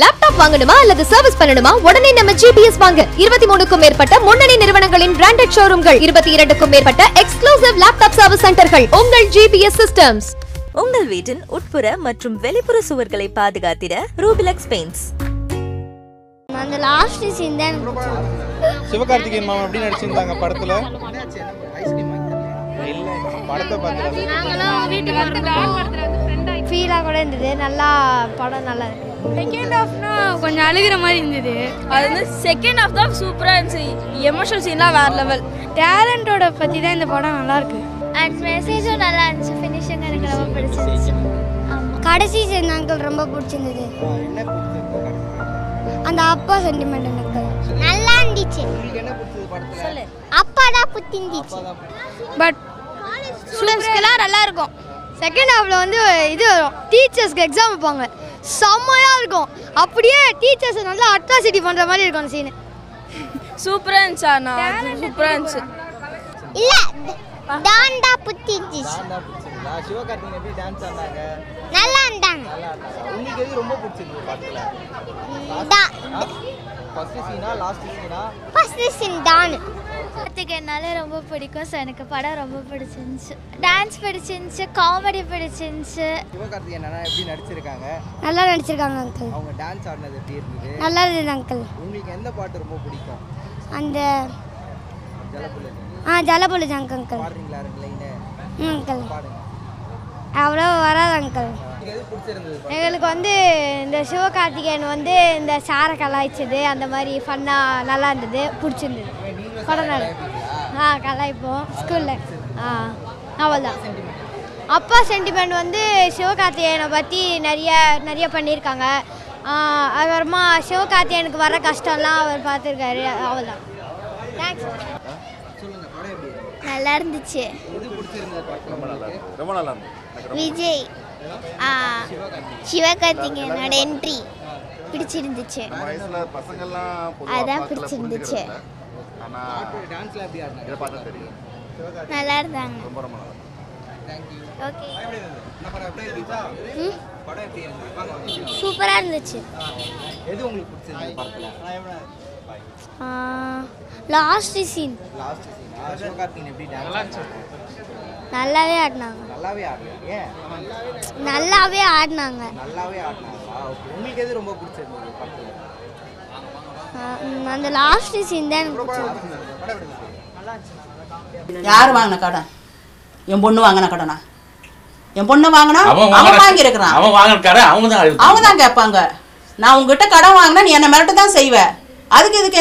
Laptop வாங்கணுமா அல்லது service பண்ணணுமா உடனே நம்ம ஜிபிஎஸ் வாங்க இருபத்தி மூணுக்கும் மேற்பட்ட முன்னணி நிறுவனங்களின் பிராண்டட் ஷோரூம்கள் இருபத்தி இரண்டுக்கும் மேற்பட்ட எக்ஸ்க்ளூசிவ் லேப்டாப் சர்வீஸ் சென்டர்கள் உங்கள் ஜிபிஎஸ் சிஸ்டம்ஸ் உங்கள் வீட்டின் உட்புற மற்றும் வெளிப்புற சுவர்களை பாதுகாத்திட ரூபிலக்ஸ் பெயிண்ட்ஸ் அந்த லாஸ்ட் சீன் தான் எனக்கு சிவகார்த்திகேயன் மாமன் எப்படி நடிச்சிருந்தாங்க படத்துல இல்ல படத்தை பார்த்து ஃபீலாக கூட இருந்தது நல்லா படம் நல்லா இருக்கு செகண்ட் ஹாஃப்னா கொஞ்சம் அழுகிற மாதிரி இருந்தது அது வந்து செகண்ட் ஹாஃப் தான் சூப்பராக இருந்துச்சு எமோஷனல் சீன்லாம் வேற லெவல் டேலண்டோட பற்றி தான் இந்த படம் நல்லா இருக்கு அண்ட் மெசேஜும் நல்லா இருந்துச்சு ஃபினிஷிங் எனக்கு ரொம்ப பிடிச்சிருந்துச்சு கடைசி சீன் அங்கிள் ரொம்ப பிடிச்சிருந்தது அந்த அப்பா சென்டிமெண்ட் எனக்கு நல்லா இருந்துச்சு அப்பா தான் புத்திருந்துச்சு பட் ஸ்டூடெண்ட்ஸ்க்கெல்லாம் நல்லா இருக்கும் செகண்ட் ஹாஃபில் வந்து இது வரும் டீச்சர்ஸ்க்கு எக்ஸாம் வைப்பாங்க செம்மையாக இருக்கும் அப்படியே டீச்சர்ஸை நல்லா அட்ராசிட்டி பண்ணுற மாதிரி இருக்கும் அந்த சீனு சூப்பராக இருந்துச்சு அண்ணா சூப்பராக இருந்துச்சு இல்லை தான் தான் புத்திருந்துச்சு சிவகார்த்திகேயன் எப்படி டான்ஸ் ஆனாங்க நல்லா இருந்தாங்க நல்லா இருந்தாங்க உங்களுக்கு எது ரொம்ப பிடிச்சிருந்தது படத்துல ஃபர்ஸ்ட் சீனா லாஸ்ட் சீனா கார்த்திக் என்னாலே ரொம்ப பிடிக்கும் ஸோ எனக்கு படம் ரொம்ப பிடிச்சிருந்துச்சு டான்ஸ் பிடிச்சிருந்துச்சு காமெடி பிடிச்சிருந்துச்சு சிவகார்த்திகேயன் அண்ணா எப்படி நடிச்சிருக்காங்க நல்லா நடிச்சிருக்காங்க அங்கிள் அவங்க டான்ஸ் ஆடினது எப்படி இருந்தது நல்லா இருந்தது அங்கிள் உங்களுக்கு எந்த பாட்டு ரொம்ப பிடிக்கும் அந்த ஜலப்புல ஆ ஜலபொழுது அங்கிள் அங்கிள் பாடுறீங்களா ரெண்டு லைனு ம் அங்கிள் பாடுங்க அவ்வளோ வராது அங்கிள் உங்களுக்கு எது பிடிச்சிருந்தது எங்களுக்கு வந்து இந்த சிவகார்த்திகேயன் வந்து இந்த சாரை கலாய்ச்சது அந்த மாதிரி ஃபன்னாக நல்லா இருந்தது பிடிச்சிருந்தது படம் நல்லா ஆ கலாய்ப்போம் ஸ்கூலில் ஆ அவ்வளோதான் அப்பா சென்டிமெண்ட் வந்து சிவகார்த்திகேயனை பற்றி நிறைய நிறைய பண்ணியிருக்காங்க ஆ, அப்புறமா சிவகார்த்திகேயனுக்கு வர கஷ்டம்லாம் அவர் பார்த்துருக்காரு அவ்வளோதான் தேங்க்ஸ் நல்லா இருந்துச்சு ரொம்ப நல்லா இருந்தது விஜய் சிவகார்த்திகேயனோட என்ட்ரி பிடிச்சிருந்துச்சு நம்ம வயசுல பசங்கள்லாம் அதான் பொதுவாக பிடிச்சிருந்துச்சு. ஆனா டான்ஸ்ல எப்படி ஆடினாங்க இதை பார்த்தா தெரியும் நல்லா இருந்தாங்க ரொம்ப ரொம்ப நல்லா இருந்தது. ஓகே இந்த படம் எப்படி இருந்துச்சா படம் எப்படி இருந்தது வாங்க, வாங்க. சூப்பராக இருந்துச்சு எது உங்களுக்கு பிடிச்சிருந்தது படத்துல லாஸ்ட் சீன் லாஸ்ட் சீனா சிவகார்த்திகேயன் எப்படி டான்ஸ் ஆடினாங்க நல்லாவே ஆடினாங்க நல்லாவே ஆடுறாங்க நல்லாவே ஆடினாங்க நல்லாவே ஆடினாங்களா ஓகே உங்களுக்கு எது ரொம்ப பிடிச்சிருந்தது படத்துல அந்த லாஸ்ட் சீன் தான் எனக்கு யார் வாங்கின கடன் என் பொண்ணு வாங்கின கடனா என் பொண்ணு வாங்கினா அவன் அவன் வாங்குற- வாங்கி இருக்கிறான் அவன் வாங்கினக்கார அவங்க தான் அவங்க தான் கேட்பாங்க நான் உங்ககிட்ட கடன் வாங்கினா நீ என்ன மிரட்டு தான் செய்வ அதுக்கு இதுக்கு